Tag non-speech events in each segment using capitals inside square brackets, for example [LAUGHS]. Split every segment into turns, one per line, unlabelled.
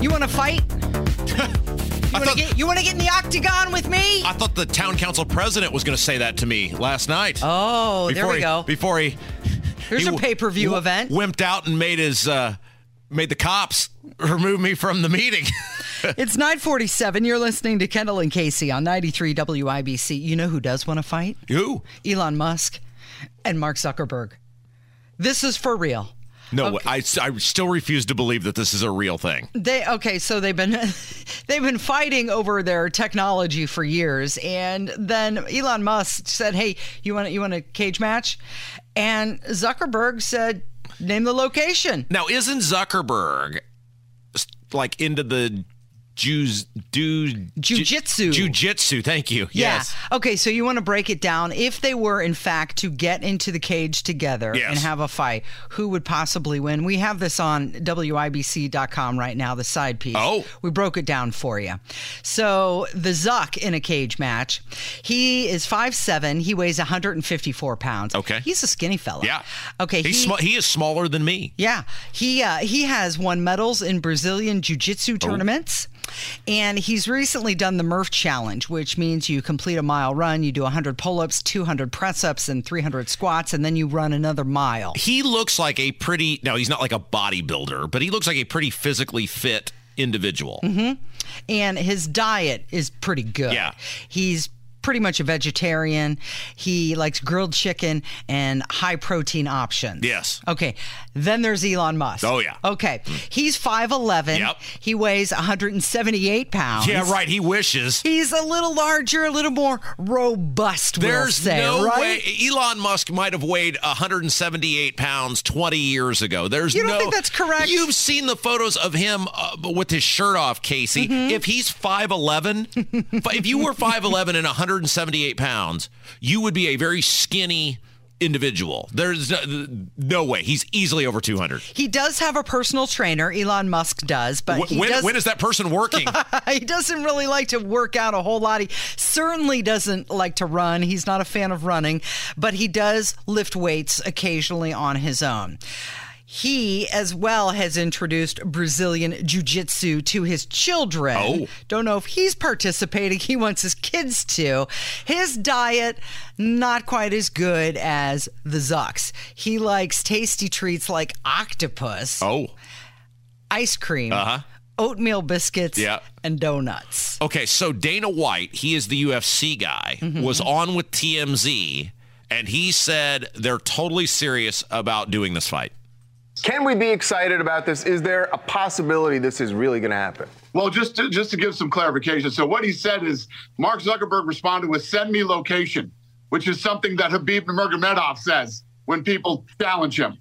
You want to fight?
I
You want
thought,
to get, you wanna get in the octagon with me?
I thought the town council president was going to say that to me last night.
Oh, there
Before
we
he-
go.
Before he,
Here's
he
a pay-per-view
w-
event.
Wimped out and made his uh, made the cops remove me from the meeting. [LAUGHS]
It's 947. You're listening to Kendall and Casey on 93 WIBC. You know who does want to fight?
you?
Elon Musk and Mark Zuckerberg. This is for real.
No, I, I still refuse to believe that this is a real thing.
They okay, so they've been [LAUGHS] they've been fighting over their technology for years, and then Elon Musk said, "Hey, you want you want a cage match?" And Zuckerberg said, "Name the location."
Now, isn't Zuckerberg s- like into the Jews do
Jujitsu.
Jujitsu. Thank you. Yes.
Yeah. Okay, so you want to break it down. If they were, in fact, to get into the cage together
Yes.
and have a fight, who would possibly win? We have this on WIBC.com right now, the side piece.
Oh.
We broke it down for you. So the Zuck in a cage match, he is 5'7, he weighs 154 pounds.
Okay.
He's a skinny fella.
Yeah.
Okay.
He's
he-
sma- he is smaller than me.
yeah, he uh, he has won medals in Brazilian jiu-jitsu
Oh.
tournaments. And he's recently done the Murph Challenge, which means you complete a mile run, you do 100 pull ups, 200 press ups, and 300 squats, and then you run another
[LAUGHS]
mile.
He looks like a pretty. No, he's not like a bodybuilder, but he looks like a pretty physically fit individual.
Mm-hmm. And his diet is pretty good.
Yeah.
He's pretty much a vegetarian. He likes grilled chicken and high protein options.
Yes.
Okay. Then there's Elon Musk.
Oh, yeah.
Okay. He's 5'11.
Yep.
He weighs 178 pounds.
Yeah, right. He wishes.
He's a little larger, a little more robust. we'll
There's
say,
no
right?
way Elon Musk might have weighed 178 pounds 20 years ago. There's
You don't
no-
think that's correct?
You've seen the photos of him uh, with his shirt off, Casey.
Mm-hmm.
If he's
[LAUGHS]
5'11, if- if you were 5'11 and 178 pounds, you would be a very skinny individual. There's no, no way. He's easily over 200.
He does have a personal trainer. Elon Musk does, but
Wh-
he,
when,
does,
when is that person working?
he doesn't really like to work out a whole lot. He certainly doesn't like to run. He's not a fan of running, but he does lift weights occasionally on his own. He, as well, has introduced Brazilian Jiu Jitsu to his children.
Oh.
Don't know if he's participating. He wants his kids to. His diet, not quite as good as the Zucks. He likes tasty treats like octopus,
oh. Uh-huh.
ice cream, oatmeal biscuits,
Yeah.
and donuts.
Okay, so Dana White, he is the UFC guy, was on with TMZ, and he said they're totally serious about doing this fight.
Can we be excited about this? Is there a possibility this is really going to happen?
Well, just to, just to give some clarification. So what he said is Mark Zuckerberg responded with "Send me location," which is something that Habib Nurmagomedov says when people challenge him.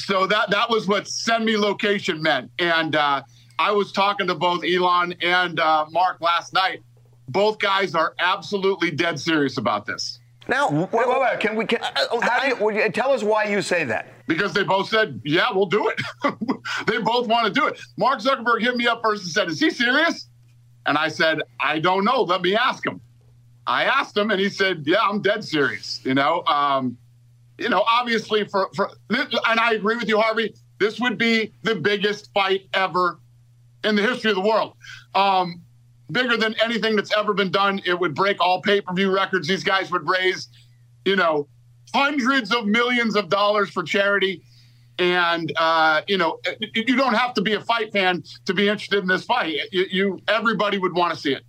So that that was what "Send me location" meant. And uh, I was talking to both Elon and uh, Mark last night. Both guys are absolutely dead serious about this
Now,
Wait, wait, wait. Can we? Can, how do you, would you- tell us why you say that.
because they both said, "Yeah, we'll do it." [LAUGHS] they both want to do it. Mark Zuckerberg hit me up first and said, "Is he serious?" And I said, "I don't know. Let me ask him." I asked him, and he said, "Yeah, I'm dead serious." You know, um, you know, obviously for for, and I agree with you, Harvey. This would be the biggest fight ever in the history of the world. Um, bigger than anything that's ever been done. It would break all pay per view records. These guys would raise, you know, hundreds of millions of dollars for charity. And uh, you know, y- y- you don't have to be a fight fan to be interested in this fight. You, you everybody would want to see it.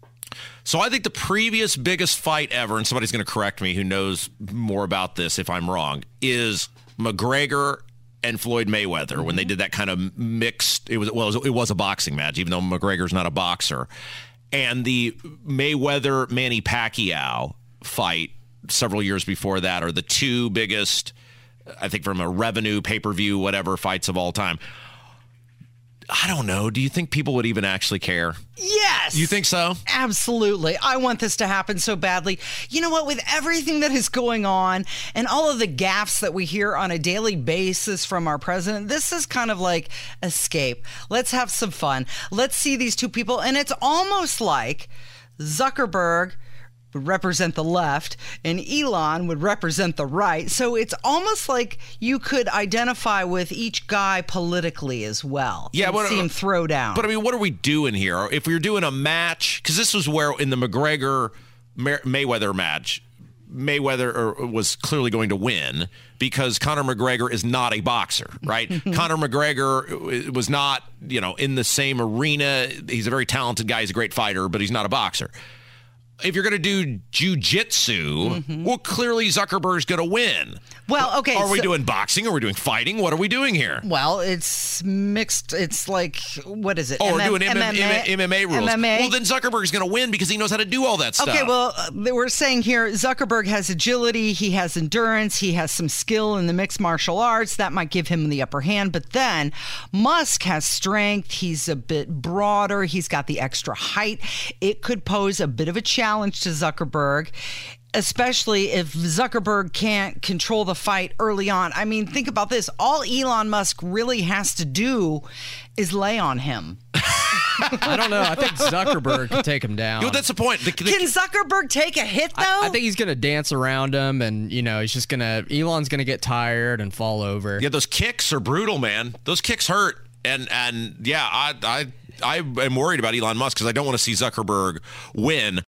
So I think the previous biggest fight ever, and somebody's going to correct me who knows more about this if I'm wrong, is McGregor and Floyd Mayweather when they did that kind of mixed. It was well, it was, it was a boxing match, even though McGregor's not a boxer, and the Mayweather Manny Pacquiao fight several years before that are the two biggest, I think, from a revenue pay per view whatever fights of all time. I don't know. Do you think people would even actually care?
Yes.
You think so?
Absolutely. I want this to happen so badly. You know what? With everything that is going on and all of the gaffes that we hear on a daily basis from our president, this is kind of like escape. Let's have some fun. Let's see these two people. And it's almost like Zuckerberg would represent the left and Elon would represent the right. So it's almost like you could identify with each guy politically as well.
Yeah,
and
but-
see him throw down.
But I mean, what are we doing here? If we're doing a match, because this was where in the McGregor Mer- Mayweather match, Mayweather er, was clearly going to win because Conor McGregor is not a boxer, right? Conor McGregor uh, was not, you know, in the same arena. He's a very talented guy. He's a great fighter, but he's not a boxer. If you're going to do jujitsu, well, clearly Zuckerberg's going to win.
well, okay.
Are we
so-
doing boxing? Are we doing fighting? What are we doing here?
Well, it's mixed. It's like what is it?
Oh,
MM
we're doing MMA, MMA, rules.
MMA.
Well, then Zuckerberg's going to win because he knows how to do all that stuff.
Okay, well, uh, they we're saying here Zuckerberg has agility, he has endurance, he has some skill in the mixed martial arts. That might give him the upper hand. But then Musk has strength, he's a bit broader, he's got the extra height. It could pose a bit of a challenge to Zuckerberg. Especially if Zuckerberg can't control the fight early on. I mean, think about this. All Elon Musk really has to do is lay on him.
[LAUGHS] I don't know. I think Zuckerberg could take him down.
You know, that's the point. The- the-
Can Zuckerberg take a hit, though?
I think he's gonna dance around him, and you know, he's just gonna Elon's gonna get tired and fall over.
yeah, those kicks are brutal, man. Those kicks hurt, and and yeah, I I I am worried about Elon Musk because I don't want to see Zuckerberg win.